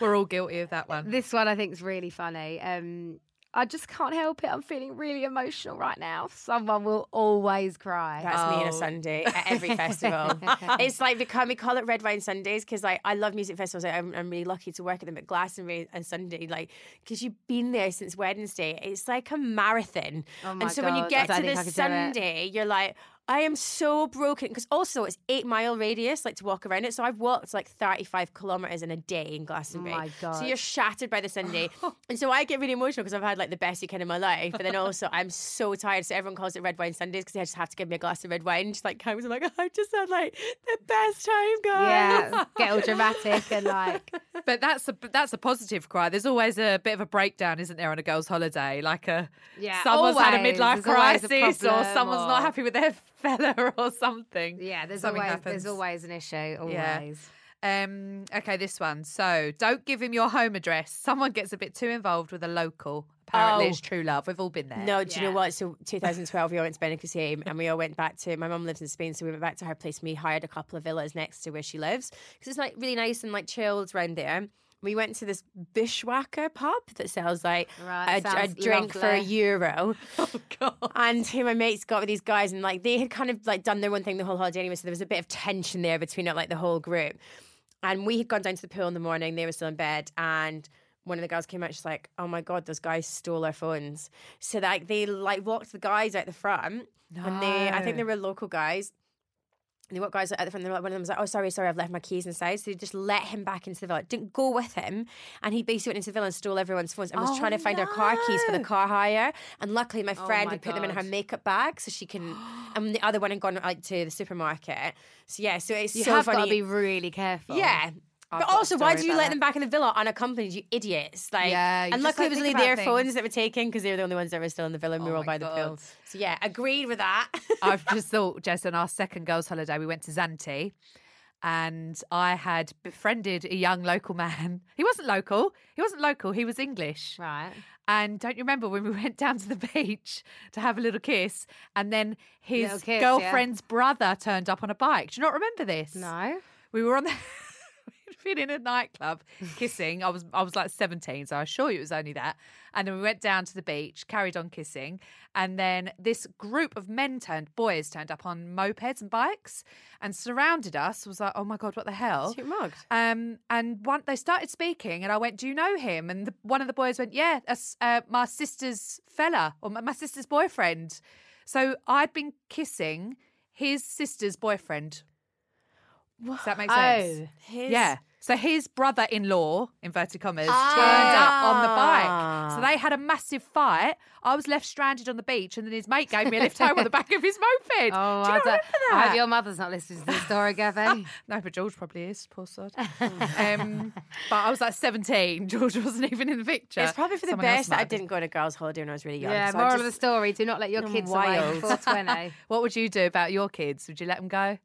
B: We're all guilty of that one.
A: This one I think is really funny. Um, I just can't help it. I'm feeling really emotional right now. Someone will always cry.
C: That's me on
B: Oh.
C: a Sunday at every festival. it's like become we call it red wine Sundays because like I love music festivals. Like, I'm, I'm really lucky to work at them at Glastonbury and Sunday, like because you've been there since Wednesday. It's like a marathon,
A: Oh my
C: and so when you
A: God,
C: get
A: I don't
C: to
A: think I could
C: the
A: do it.
C: Sunday, you're like. I am so broken because also it's eight mile radius like to walk around it. So I've walked like thirty five kilometers in a day in Glastonbury.
A: my
C: So
A: God.
C: you're shattered by the Sunday, and so I get really emotional because I've had like the best weekend of my life, but then also I'm so tired. So everyone calls it red wine Sundays because they just have to give me a glass of red wine. Just like comes, I'm like, I just had like the best time, guys.
A: Uh, yeah, get all dramatic and like
B: But that's a but that's a positive cry. There's always a bit of a breakdown, isn't there, on a girl's holiday? Like a
A: Yeah,
B: someone's had a
A: always.
B: midlife
A: There's always a
B: crisis, or
A: problem
B: someone's
A: or-
B: not happy with their fella, or something.
A: yeah. There's
B: Something
A: always
B: happens.
A: there's always an issue. Always.
B: Yeah. Um, okay, this one. So don't give him your home address. Someone gets a bit too involved with a local. Apparently,
C: Oh.
B: it's true love. We've all been there.
C: No, do you know
A: Yeah.
C: what? So 2012, we all went to Benicassim and we all went back to my mum lives in Spain, so we went back to her place. and We hired a couple of villas next to where she lives because it's like really nice and like chilled around there. We went to this bushwhacker pub that sells like
A: Right,
C: a, a
A: sounds
C: drink for a
A: lovely.
C: euro.
B: Oh God.
C: and who my mates got with these guys, and like they had kind of like done their one thing the whole holiday anyway, so there was a bit of tension there between like the whole group. And we had gone down to the pool in the morning; they were still in bed, and one of the girls came out. She's like, "Oh my god, those guys stole our phones!" So like they like walked the guys out the front, and they I think
B: No.
C: they were local guys. And they walked guys out at the front. And they were like, one of them was like, "Oh, sorry, sorry, I've left my keys inside." So they just let him back into the villa. Didn't go with him, and he basically went into the villa and stole everyone's phones and was
B: Oh,
C: trying to find her car keys for the
B: no.
C: car hire. And luckily, my friend
A: Oh my
C: had put them in her
A: God.
C: makeup bag so she can. And the other one had gone like to the supermarket. So yeah, so it's
A: You
C: so
A: have
C: funny.
A: got to be really careful.
C: yeah. but
B: got a
C: also, why
B: story
C: do you
B: about
C: let
B: that.
C: them back in the villa unaccompanied, you idiots? Like,
B: Yeah, you
C: and
B: just
C: luckily it
B: don't
C: was
B: think
C: only
B: about
C: their
B: things. Oh
C: phones that were taken because they were the only ones that were still in the villa and we were all
B: my
C: by the pool.
B: God.
C: So yeah, agreed with that.
B: I've just thought, Jess, on our second girls' holiday, we went to Zante. and I had befriended a young local man. He wasn't local. He wasn't local. He was English.
A: Right.
B: And don't you remember when we went down to the beach to have a little kiss, and then his
A: Little kiss, yeah.
B: girlfriend's brother turned up on a bike? Do you not remember this?
A: No.
B: We were on the. We'd been in a nightclub kissing. I was I was like 17, so I assure you it was only that. And then we went down to the beach, carried on kissing, and then this group of men turned boys turned up on mopeds and bikes and surrounded us. Was like, oh my god, what the hell?
C: Shoot mugged.
B: Um, and one they started speaking, and I went, "Do you know him?" And the, one of the boys went, "Yeah, that's uh, my sister's fella or my, my sister's boyfriend." So I'd been kissing his sister's boyfriend. Does that make sense?
A: Oh.
C: His-
B: Yeah. So his brother-in-law, inverted commas,
A: Ah.
B: turned up on the bike. So they had a massive fight. I was left stranded on the beach, and then his mate gave me a lift home on the back of his moped.
A: Oh, I
B: Do you not
A: don't-
B: remember
A: I
B: that?
A: hope your mother's not listening to this story, Gabby.
B: No, but George probably is. Poor sod. um, but I was like 17. George wasn't even in the picture.
C: It's probably for the
B: Someone else
C: best that
B: might
C: I
B: have been.
C: didn't go on a girls' holiday when I was really young.
A: yeah,
C: so I
A: moral of the
C: just-
A: story do not let your
C: I'm
A: kids away
C: wild.
A: before 20.
B: What would you do about your kids? Would you let them go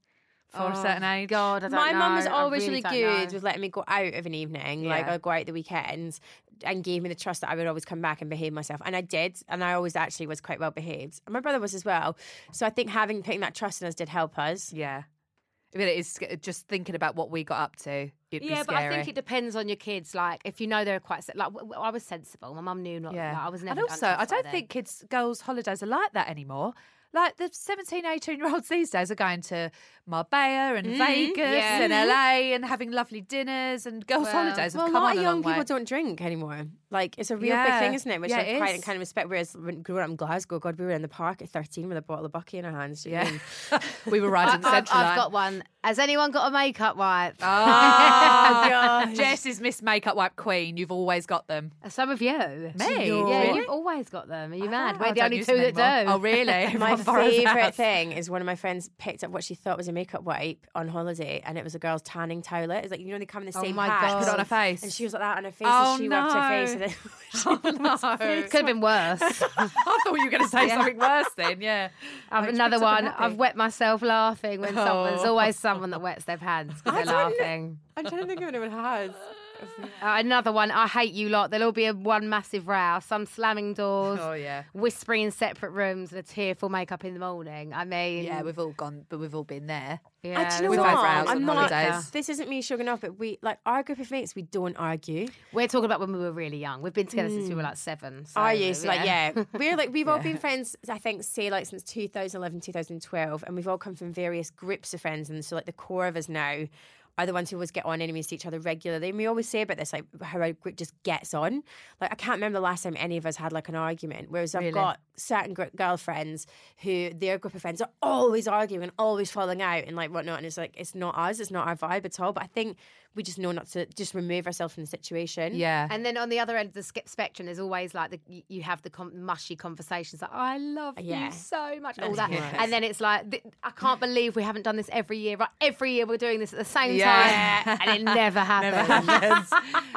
B: for a certain age?
A: God, I don't
C: My
A: know.
C: mum was
A: I
C: always
A: really
C: really,
A: don't
C: good
A: know.
C: with letting me go out of an evening. Like
B: Yeah.
C: I'd go out the weekends and gave me the trust that I would always come back and behave myself. And I did. And I always actually was quite well behaved. And my brother was as well. So I think having putting that trust in us did help us.
B: Yeah. I mean, it is sc- just thinking about what we got up to. It'd
A: Yeah,
B: be
A: but
B: scary.
A: I think it depends on your kids. Like, if you know they're quite se- like, w- w- I was sensible. My mum knew not. Yeah, I was never.
B: And
A: done
B: also,
A: stuff
B: I
A: like
B: don't
A: that.
B: think kids, girls' holidays are like that anymore. Like the 17, 18 year olds these days are going to Marbella and Vegas
A: yeah.
B: and LA and having lovely dinners, and girls'
A: Well-
B: holidays have
C: Well, a
B: come
C: lot
B: on
C: of
B: a
C: young
B: long way.
C: people don't drink anymore. Like it's a real
B: Yeah.
C: big thing, isn't it? Which
B: Yeah,
C: I
B: it
C: quite
B: is.
C: kind of respect. Whereas when growing up in Glasgow, God, we were in the park at thirteen with a bottle of bucky in our hands. do you know what I
B: Yeah.
C: mean?
B: we were riding the
A: I've,
B: central line.
A: I've got one. Has anyone got a makeup wipe?
B: Uh, Oh, Jess is Miss Makeup Wipe Queen. You've always got them.
A: Some of you.
B: Me?
A: Yeah,
B: Really?
A: you've always got them. Are you mad?
B: I
A: We're the
B: don't
A: only
B: use
A: two that
B: them
A: do.
B: anymore. Oh, really?
C: My
B: Everyone borrows
C: favorite
B: ours.
C: thing is one of my friends picked up what she thought was a makeup wipe on holiday, and it was a girl's tanning towel. It's like you know they come in the
A: Oh
C: same
A: my
C: patch,
A: God.
B: Put it on her face.
C: and she was like that on her face,
B: Oh,
C: and she wiped her face. And
B: no.
C: then
B: Oh, no.
A: Could have been worse.
B: I thought you were going to say something worse then, yeah.
A: I've
B: Makes me
A: another
B: so
A: one.
B: happy.
A: I've wet myself laughing when someone. There's
B: Oh.
A: always someone that wets their pants because they're
C: don't know.
A: laughing.
C: I'm trying to think of anyone has.
A: Uh, another one. I hate you lot. There'll all be a, one massive row. Some slamming doors.
B: Oh, yeah.
A: Whispering in separate rooms and a tearful makeup in the morning. I mean,
B: Yeah, we've all gone, but we've all been there.
A: yeah,
C: do you know
A: we've
B: We've
C: what?
A: had
B: had rows
A: rows
C: I'm
B: on
C: not.
B: holidays.
C: This isn't me showing off, but we like our group of mates. We don't argue.
A: We're talking about when we were really young. We've been together since we
C: Hmm.
A: were like seven. So,
C: Are you? So like,
A: yeah.
C: yeah. We're like, we've all been friends, I think, say like since 2011, 2012. And we've all come from various groups of friends. And so, like, the core of us now are the ones who always get on enemies to each other regularly. And we always say about this, like, how our group just gets on. Like, I can't remember the last time any of us had like an argument. Whereas I've got certain gr- girlfriends who their group of friends are always arguing and always falling out and like whatnot. And it's like, it's not us, it's not our vibe at all. But I think we just know not to just remove ourselves from the situation.
B: Yeah.
A: And then on the other end of the skip spectrum, there's always like the you- you have the com- mushy conversations like I love
C: Yeah.
A: you so much, all that,
C: Yes.
A: and then it's like th- I can't believe we haven't done this every year. Right, every year we're doing this at the same
B: Yeah.
A: time, and it never happens.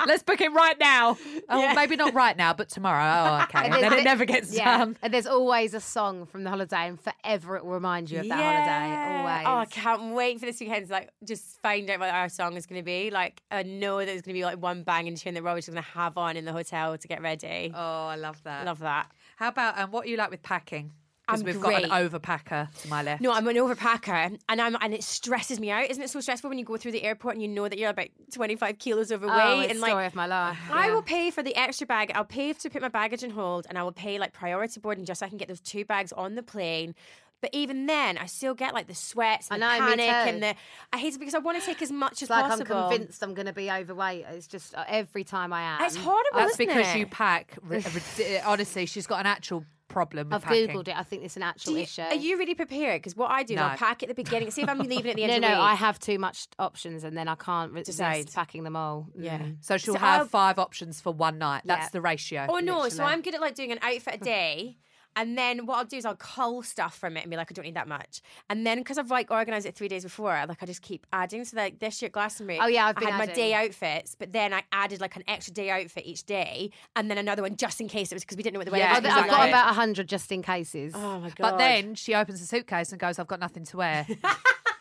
B: Let's book it right now. Oh, maybe not right now, but tomorrow. Oh, okay.
A: And there's
B: then
A: the-
B: it never gets
A: yeah.
B: done.
A: And there's always a song from the holiday, and forever it will remind you of that holiday.
C: Oh, I
A: Always.
C: can't wait for this weekend to like just find out what our song is going to be. Like, I know that there's going to be like one banging tune that Robert's going to have on in the hotel to get ready.
B: Oh, I love that.
C: Love that.
B: How about, and um, what you like with packing? Because
C: I'm
B: we've got an
C: great.
B: overpacker to my left.
C: No, I'm an overpacker, and I'm and it stresses me out. Isn't it so stressful when you go through the airport and you know that you're about 25 kilos overweight
A: Oh, it's
C: and
A: story
C: like
A: of my life.
C: I
A: Yeah.
C: will pay for the extra bag. I'll pay to put my baggage in hold, and I will pay like priority boarding just so I can get those two bags on the plane. But even then, I still get like the sweats and
A: I
C: the
A: know, me
C: panic and
A: too.
C: the. I hate it because I want to take as much as
A: It's like
C: possible.
A: I'm convinced I'm going to be overweight. It's just uh, every time I am.
C: It's horrible.
B: That's
C: isn't
B: Uh, because
C: it?
B: you pack. ri- ri- Honestly, she's got an actual problem with
A: I've
B: packing.
A: googled it. I think it's an actual
C: Do you-
A: issue.
C: Are you really prepared? Because what I do, is
B: No.
C: I'll pack at the beginning. See if I'm leaving at the end
A: no,
C: of
A: no,
C: the week.
A: I have too much options, and then I can't resist
C: Decide.
A: packing them all.
C: yeah.
B: So she'll
C: So
B: have
C: I'll-
B: five options for one night. That's
A: Yeah.
B: the ratio.
C: Oh no! So
A: Literally.
C: I'm good at like doing an outfit a day. And then what I'll do is I'll cull stuff from it and be like, I don't need that much. And then because I've like organised it three days before, I- like I just keep adding. So like this year at Glastonbury,
A: Oh, yeah, I've been
C: I had my
A: adding.
C: day outfits, but then I added like an extra day outfit each day, and then another one just in case it was because we didn't know what the weather
B: Yeah,
A: Oh,
C: was.
A: th-
C: gonna
A: I've
C: be
A: got
C: like.
A: about hundred just in cases.
C: Oh my god!
B: But then she opens the suitcase and goes, I've got nothing to wear.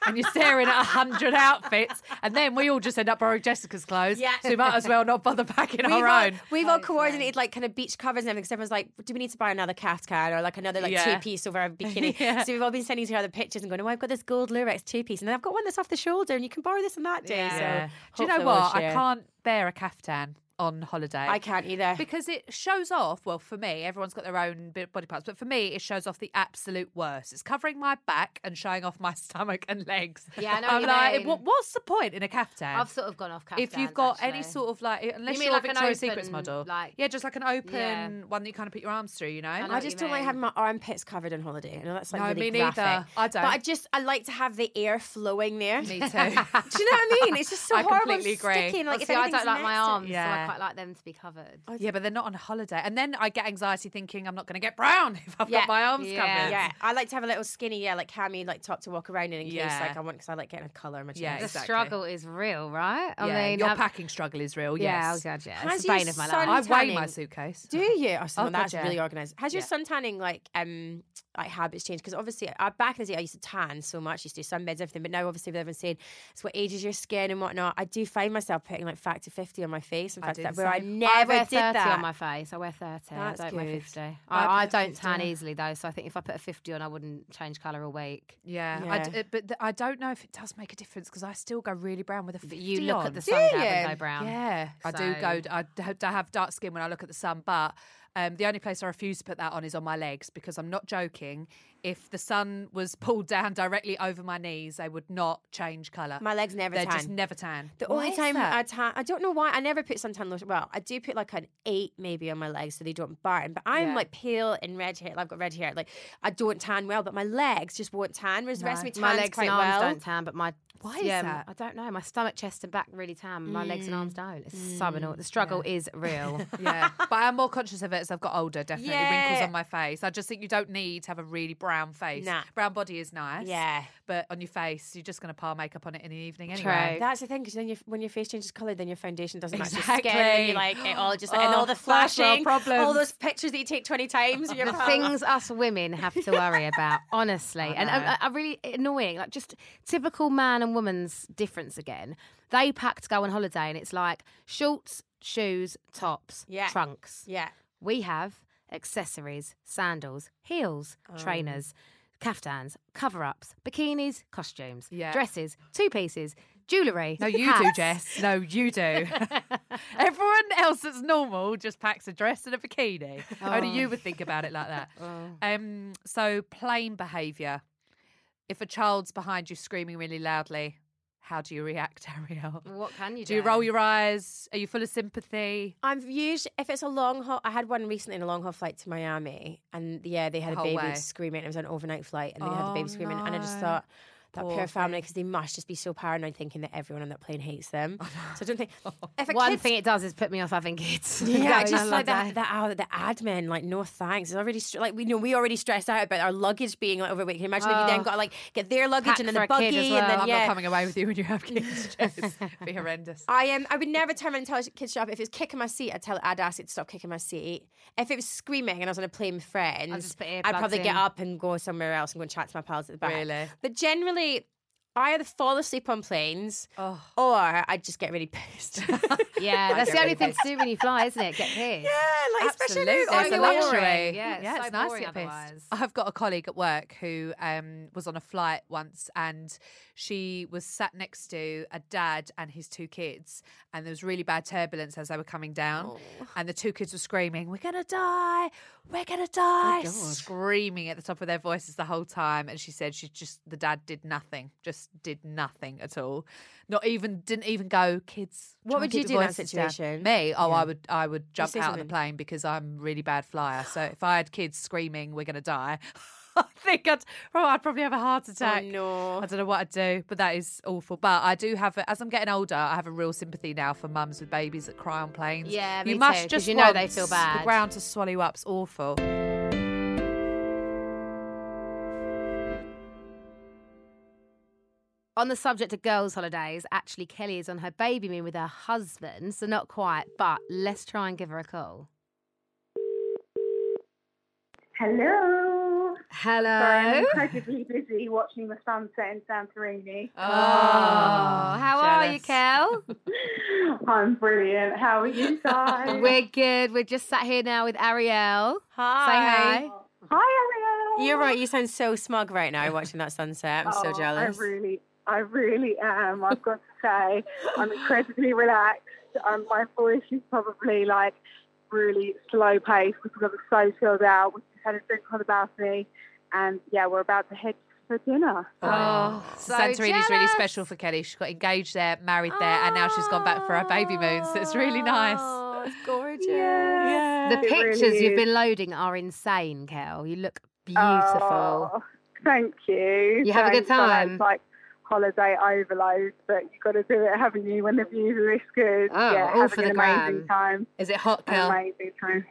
B: and you're staring at a hundred outfits, and then we all just end up borrowing Jessica's clothes.
C: Yeah.
B: So we might as well not bother packing
C: We've
B: our
C: all,
B: own.
C: we've all coordinated like kind of beach covers and everything. 'cause everyone's like, do we need to buy another caftan or like another like
B: Yeah.
C: two piece over a bikini?
B: Yeah.
C: So we've all been sending each other pictures and going, oh, I've got this gold Lurex two piece, and then I've got one that's off the shoulder, and you can borrow this on that day.
B: Yeah.
C: So
B: Do you know
C: hopefully we'll
B: what? I
C: share.
B: can't bear a caftan on holiday.
C: I can't either.
B: because it shows off. Well, for me, everyone's got their own bi- body parts, but for me, it shows off the absolute worst. It's covering my back and showing off my stomach and legs.
A: Yeah, I know what
B: I'm
A: you
B: like,
A: mean.
B: what, what's the point in a caftan?
A: I've sort of gone off.
B: if
A: caftans,
B: you've got any
A: actually.
B: sort of like, unless
A: mean
B: you are
A: like an
B: Victoria's Secrets
A: open,
B: model,
A: like-
B: yeah, just like an open one that you kind of put your arms through, you know.
A: know
C: I
A: what you
C: just don't like
A: mean.
C: having my armpits covered on holiday. I know that's like
B: No,
C: really
B: me neither.
C: graphic.
B: I
C: But I
B: don't.
C: just I like to have the air flowing there.
B: Me too.
C: Do you know what I mean? It's just so
B: I
C: horrible. and
B: completely agree.
C: Sticking, like, if
A: Obviously, I
C: anything's
A: don't like my
C: next to-
A: arms, so I
B: Yeah.
A: quite like them to be covered.
B: yeah, but they're not on holiday, and then I get anxiety thinking I'm not going to get brown if I've
C: Yeah.
B: got my arms
A: Yeah.
B: covered.
C: Yeah, I like to have a little skinny, yeah, like cami, like top to walk around in, in
B: Yeah.
C: case like I want, because I like getting a color in my chest.
B: Yeah,
A: The
B: exactly.
A: struggle is real, right? I
B: Yeah,
A: mean,
B: your
A: I've-
B: packing struggle is real.
A: yeah,
B: yes.
A: oh God, yeah,
C: How's
A: it's the
C: your
A: bane of my
C: son-
A: life.
B: I weigh my
C: tanning.
B: suitcase.
C: Do you? Oh, so
B: Oh, God,
C: that's
B: yeah.
C: really organized. Has your
B: Yeah.
C: sun tanning like um like habits changed? Because obviously, I, back in the day, I used to tan so much, used to do sunbeds, everything. But now, obviously, with everyone saying it's what ages your skin and whatnot, I do find myself putting like factor fifty on my face. In
B: I
C: fact,
B: do
C: that,
B: the
C: where I
B: same.
A: I
C: never
A: wear
C: did
A: 30
C: that.
A: on my face. I wear 30.
C: That's
A: I don't wear
C: good.
A: 50. I, I,
B: put
A: don't
B: 50
A: tan
B: on.
A: easily, though. So I think if I put a 50 on, I wouldn't change colour a week.
B: Yeah, I d-
C: Yeah.
B: uh, but th- I don't know if it does make a difference because I still go really brown with a 50
A: But you look
B: on.
A: at the sun down
C: you?
A: and go brown.
B: Yeah, I do go.
A: So-
B: I d- d- have dark skin when I look at the sun, but um, the only place I refuse to put that on is on my legs because I'm not joking. If the sun was pulled down directly over my knees, they would not change colour.
C: My legs never
B: They're
C: tan.
B: just never tan.
C: The
B: Why
C: only
B: is
C: time
B: that?
C: I tan, I don't know why I never put suntan lotion. Well, I do put like an eight maybe on my legs so they don't burn. But I'm
B: Yeah.
C: like pale and red hair. I've got red hair. Like I don't tan well, but my legs just won't tan. Whereas the rest of me tans
A: My legs
C: quite
A: and arms
C: well.
A: don't tan, but my
B: Why is
A: yeah,
B: that?
A: I don't know. My stomach, chest, and back really tan. My legs and
C: Mm.
A: arms don't. It's so annoying. The struggle is real.
B: yeah, but I'm more conscious of it as I've got older. Definitely wrinkles
C: Yeah.
B: on my face. I just think you don't need to have a really brown face.
C: Nah.
B: Brown body is nice.
C: Yeah.
B: but on your face, you're just going to pile makeup on it in the evening
A: True.
B: anyway.
C: That's the thing, because then your, when your face changes colour, then your foundation doesn't match
B: Exactly.
C: your skin. And you like it all just and
B: Oh,
C: all the
B: first world
C: flashing, all
B: problems.
C: those pictures that you take twenty times. And you're
A: the
C: proud.
A: things us women have to worry about, honestly, and
B: know.
A: are, are really annoying. Like just typical man and woman's difference again. They pack to go on holiday, and it's like shorts, shoes, tops,
C: Yeah.
A: trunks.
C: Yeah.
A: We have accessories, sandals, heels, trainers, caftans, cover-ups, bikinis, costumes,
B: Yeah.
A: dresses, two pieces, jewellery.
B: No, you do,
A: hats.
B: Jess. No, you do. Everyone else that's normal just packs a dress and a bikini. Only you
C: Oh.
B: would think about it like that. Um, so, plain behaviour. If a child's behind you screaming really loudly, how do you react, Ariel?
C: Mm,
A: What can you do?
B: Do you roll your eyes? Are you full of sympathy?
C: I'm usually if it's a long haul. I had one recently in a long haul flight to Miami, and yeah, they had
B: The
C: a
B: whole
C: baby
B: way.
C: screaming. It was an overnight flight, and they had the
B: Oh,
C: baby screaming, and I just
B: no.
C: thought. That
B: Poor
C: poor family, because they must just be so paranoid, thinking that everyone on that plane hates them. So I don't think if a
A: One
C: kid's-
A: thing it does is put me off having kids.
C: yeah, I
A: Going
C: just
A: on
C: like
A: holiday.
C: that, that hour, the admin, like no thanks. It's already str- like we know we already stress out about our luggage being like overweight. Can you imagine if you then got to like get their luggage
A: Oh. Pack
C: and then
A: for
C: the
A: a kid as
C: buggy
A: well.
C: and then
A: I'm
B: I'm
C: yeah.
B: not coming away with you when you have kids, Jess. Be horrendous.
C: I am. I would never turn around and tell a kid to shut up. If it's kicking my seat, I'd tell. I'd ask it to stop kicking my seat. If it was screaming and I was on a plane with friends,
A: just put
C: I'd
A: earplugs
C: probably
A: in.
C: get up and go somewhere else and go and chat to my pals at the back.
B: Really?
C: But generally, I either fall asleep on planes
B: Oh.
C: or I just get really pissed. yeah, like
A: Yeah, that's
B: get
A: the only thing
B: really
A: to do when you fly, isn't it? Get pissed.
C: especially now,
B: Absolutely.
C: all
A: It's
C: the
A: a
C: luxury.
A: luxury. Yeah, it's so boring
B: to get pissed.
A: otherwise.
B: I've got a colleague at work who um, was on a flight once and she was sat next to a dad and his two kids and there was really bad turbulence as they were coming down
C: Oh.
B: and the two kids were screaming, we're going to die, we're
C: Oh,
B: going to die, screaming at the top of their voices the whole time and she said she just, the dad did nothing, just did nothing at all. Not even, didn't even go, kids.
C: What
B: try and
C: would
B: keep
C: you
B: your
C: do in that
B: voices down."
C: situation?
B: Me? Oh, I would, I would jump
C: say
B: out on the
C: something.
B: plane because I'm a really bad flyer. So if I had kids screaming, "We're gonna die," I think I'd, oh, I'd probably have a heart attack.
C: no.
B: I don't know what I'd do, but that is awful. But I do have, a, as I'm getting older, I have a real sympathy now for mums with babies that cry on planes.
A: Yeah,
B: you
A: me
B: must
A: too, 'cause
B: just
A: you know they
B: want
A: feel bad. Oh,
B: The ground to swallow you up's awful.
A: On the subject of girls' holidays, actually, Kelly is on her baby moon with her husband, so not quite, but let's try and give her a call.
D: Hello. Sorry, I'm
A: Hello.
D: incredibly busy watching the sun set in Santorini.
B: Oh,
A: Oh, how are you, Kel?
D: I'm brilliant. How are you guys?
A: We're good. We're just sat here now with Ariel.
C: Hi.
A: Say hi.
D: Hi, Ariel.
C: You're right. You sound so smug right now watching that sunset. I'm
D: Oh,
C: so jealous.
D: I really, I really am. I've got to say, I'm incredibly relaxed. Um, my voice is probably like really slow paced because I'm so chilled out. We just had a drink on the balcony, and yeah, we're about to head for dinner.
A: Oh, so
B: Santorini's really
A: jealous.
B: special for Kelly. She got engaged there, married there, and now she's gone back for her baby moon. So it's really nice.
C: Oh, it's gorgeous.
D: Yeah.
A: The
D: It really
A: pictures
D: is.
A: you've been loading are insane, Kel. You look beautiful.
D: Oh, thank you.
A: You have a good
D: Thanks. I know
A: time?
D: It's like holiday overload, but you've got to do it, haven't you? When the views are this good,
A: Oh,
D: yeah,
A: all
D: having
A: for
D: an
A: the gram.
D: amazing time.
B: Is it hot,
D: An
B: Kel?
D: amazing time.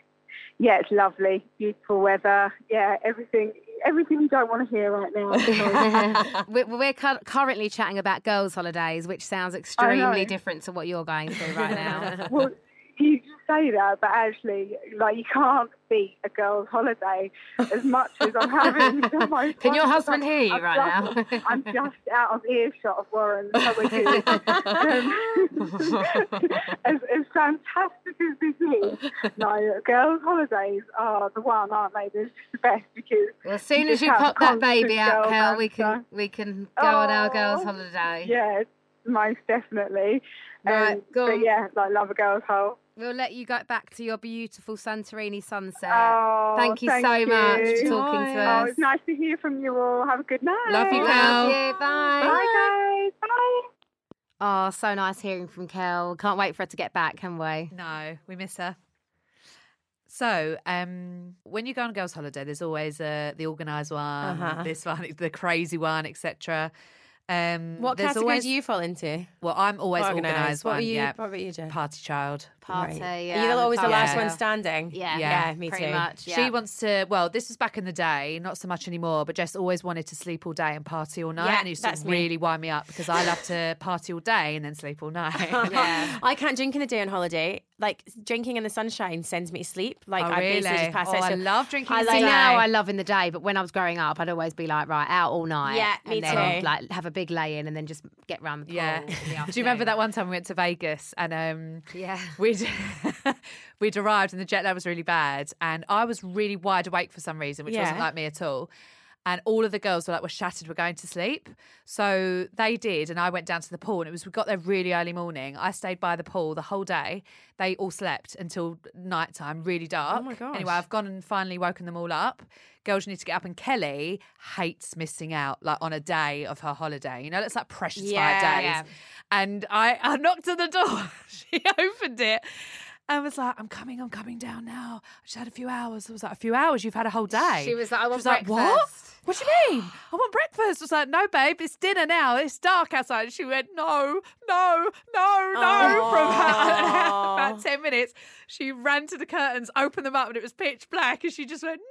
D: Yeah, it's lovely, beautiful weather. Yeah, everything, everything you don't want to hear right now.
A: we're we're cu- currently chatting about girls' holidays, which sounds extremely different to what you're going through right now.
D: well, you just say that, but actually, like, you can't beat a girl's holiday as much as I'm having. the most
A: Can your
D: fun.
A: husband hear you
D: I'm
A: right now?
D: just- I'm just out of earshot of Warren, so we're good. Um, as, as fantastic as this is, no, girls' holidays are the one, aren't they? They're just the best because
A: Well, as soon
D: just
A: as you
D: have
A: pop that baby
D: constant
A: out,
D: girl
A: Kel, we
D: banter.
A: can we can go on our girls'
D: Oh,
A: holiday.
D: Yeah, most definitely.
A: Right,
D: Um,
A: go
D: but
A: on.
D: yeah, like love a girl's hole.
A: We'll let you go back to your beautiful Santorini sunset.
D: oh,
A: Uh, thank you so much for talking to
D: Oh,
A: us.
D: it's nice to hear from you all. Have a good night.
B: Love you, Kel.
A: Love you. Bye.
D: Bye, guys. Bye.
A: Oh, so nice hearing from Kel. Can't wait for her to get back, can we?
B: No, we miss her. So, um, when you go on a girls' holiday, there's always uh, the organised one,
C: Uh-huh.
B: this one, the crazy one, etc. Um,
C: What
B: there's
C: category
B: always,
C: do you fall into?
B: Well, I'm always organised.
C: What
B: one,
C: were you?
B: yeah.
C: What were you, Jen?
B: Party child.
A: Party.
C: Are you
A: um,
C: always the
A: party.
C: last one standing?
A: Yeah,
B: Yeah.
C: Yeah, me
A: pretty
C: too.
A: much. Yeah.
B: She wants to. Well, this was back in the day, not so much anymore. But Jess always wanted to sleep all day and party all night,
C: Yeah,
B: and it used
C: that's
B: to
C: me.
B: really wind me up because I love to party all day and then sleep all night.
A: Yeah.
C: I can't drink in the day on holiday. Like drinking in the sunshine sends me to sleep. Like
B: Oh,
C: I basically
B: really?
C: just pass
B: Oh,
C: out.
B: I
C: So
B: love drinking
C: I
B: in the
A: See
C: like-
B: day.
A: now I love in the day, but when I was growing up, I'd always be like, right, out all night.
C: Yeah, me
A: and then,
C: too.
A: Like have a big lay in and then just get round the pool.
B: Yeah.
A: in the
B: Oh, Do you remember
A: afternoon.
B: that one time we went to Vegas and um,
A: Yeah.
B: we'd we'd arrived and the jet lag was really bad and I was really wide awake for some reason, which wasn't
C: Yeah.
B: like me at all. And all of the girls were like, were shattered, were going to sleep. So they did. And I went down to the pool and it was, we got there really early morning. I stayed by the pool the whole day. They all slept until nighttime, really dark.
C: my gosh.
B: Anyway, I've gone and finally woken them all up. Girls need to get up. And Kelly hates missing out like on a day of her holiday. You know, that's like precious
C: Yeah,
B: five days.
A: yeah.
B: And I, I knocked on the door. she opened it and was like, I'm coming, I'm coming down now. I just had a few hours. I was like, a few hours? You've had a whole day.
A: She was like, "I want
B: what?
A: breakfast."
B: What do you mean? I want breakfast. I was like, no, babe, it's dinner now. It's dark outside. And she went, no, no, no, no. From about,
C: Aw.
B: about 10 minutes, she ran to the curtains, opened them up, and it was pitch black. And she just went, no.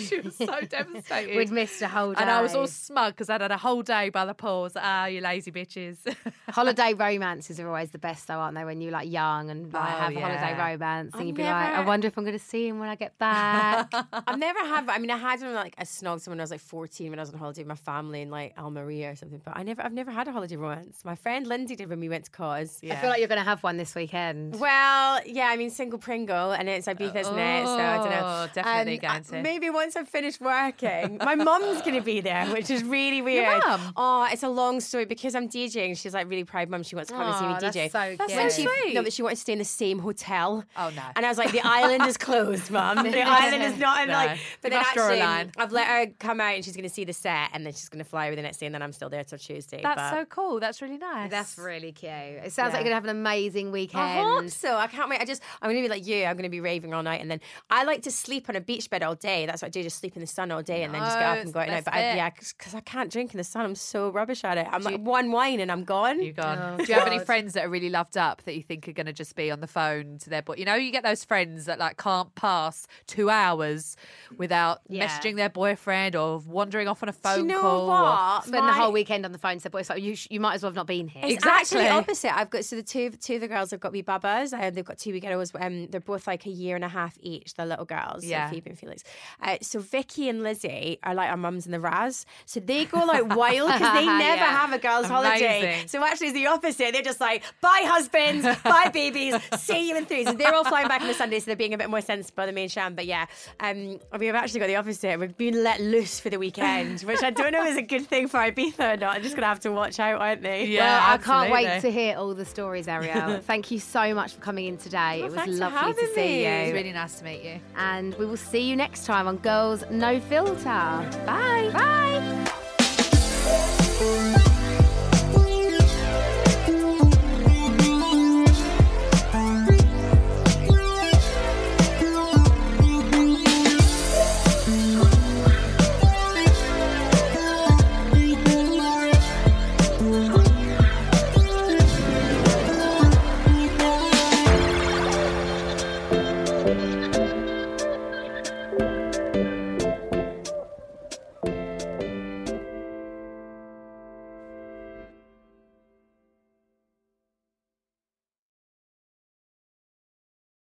B: She was so devastated.
A: We'd missed a whole day.
B: and I was all smug because I'd had a whole day by the pool. I was like, ah, you lazy bitches.
A: holiday romances are always the best, though, aren't they? When you're like young and like,
B: Oh,
A: have a holiday
B: yeah.
A: romance, and
C: I've
A: you'd be like, "I
C: never-
A: wonder if I'm going to see him when I get back."
C: I've never had. I mean, I had one like I snogged someone when I was like 14 when I was on holiday with my family in like Almeria or something. But I never, I've never had a holiday romance. My friend Lindsay did when we went to Cos.
A: I feel like you're going to have one this weekend.
C: Well, yeah, I mean, single Pringle, and it's Ibiza, isn't it? So I don't know.
B: Oh, definitely going
C: I-
B: to.
C: Maybe once I finish working, my mum's going to be there, which is really weird.
B: mum?
C: Oh, it's a long story because I'm DJing. She's like really proud mum. She wants to come and see me
A: Aw, that's
C: DJ.
A: so That's
B: so
C: When
B: cute.
C: she,
B: sweet.
C: No, but she wanted to stay in the same hotel.
B: Oh, no.
C: And I was like, the island is closed, mum. The island is not. And
B: No.
C: like, but
B: You
C: then
B: must draw a
C: actually,
B: line.
C: I've let her come out, and she's going to see the set, and then she's going to fly over the next day, and then I'm still there till Tuesday.
B: That's
C: but-
B: so cool. That's really nice.
A: That's really cute. It sounds like you're going to have an amazing weekend.
C: I hope so. I can't wait. I just, I'm going to be like you. I'm going to be raving all night. And then I like to sleep on a beach bed all day. That's what I do, just sleep in the sun all day and then just get
B: No,
C: up
B: it's
C: and go out
B: the
C: at
B: best
C: night. But I,
B: bit.
C: yeah, because I can't drink in the sun. I'm so rubbish at it. I'm like one wine and I'm gone.
B: You gone.
A: Oh,
B: Do you have any
A: God.
B: friends that are really loved up that you think are going to just be on the phone to their boy? You know, you get those friends that like can't pass two hours without
A: Yeah.
B: messaging their boyfriend or wandering off on a
C: Do
B: phone
C: you know
B: call. or-
C: what?
A: Spend
C: My-
A: the whole weekend on the phone. So, boy, so you, sh- you might as well have not been here.
C: It's
B: Exactly.
C: actually opposite. I've got so the two two of the girls have got me bubbas. Um, they've got two wee girls. Um, they're both like a year and a half each. The little girls,
B: Yeah.
C: yeah. Phoebe and Felix. Uh, uh, so Vicky and Lizzie are like our mums and the Raz. So they go like wild because they
A: Yeah.
C: never have a girls' holiday.
B: Amazing.
C: So actually, it's the opposite. They're just like, bye husbands, bye babies, see you in threes. And they're all flying back on the Sunday, so they're being a bit more sensible than me and Sham. But yeah, um, we've actually got the opposite. We've been let loose for the weekend, which I don't know is a good thing for Ibiza or not. I'm just gonna have to watch out, aren't they?
B: Yeah,
A: well, I can't wait to
B: absolutely.
A: hear all the stories, Ariel. Thank you so much for coming in today. it was
C: thanks for
A: lovely to
C: having
A: see
C: me.
B: It
A: you.
B: was really nice to meet you.
A: and we will see you next time on Girls No Filter. Bye. Bye.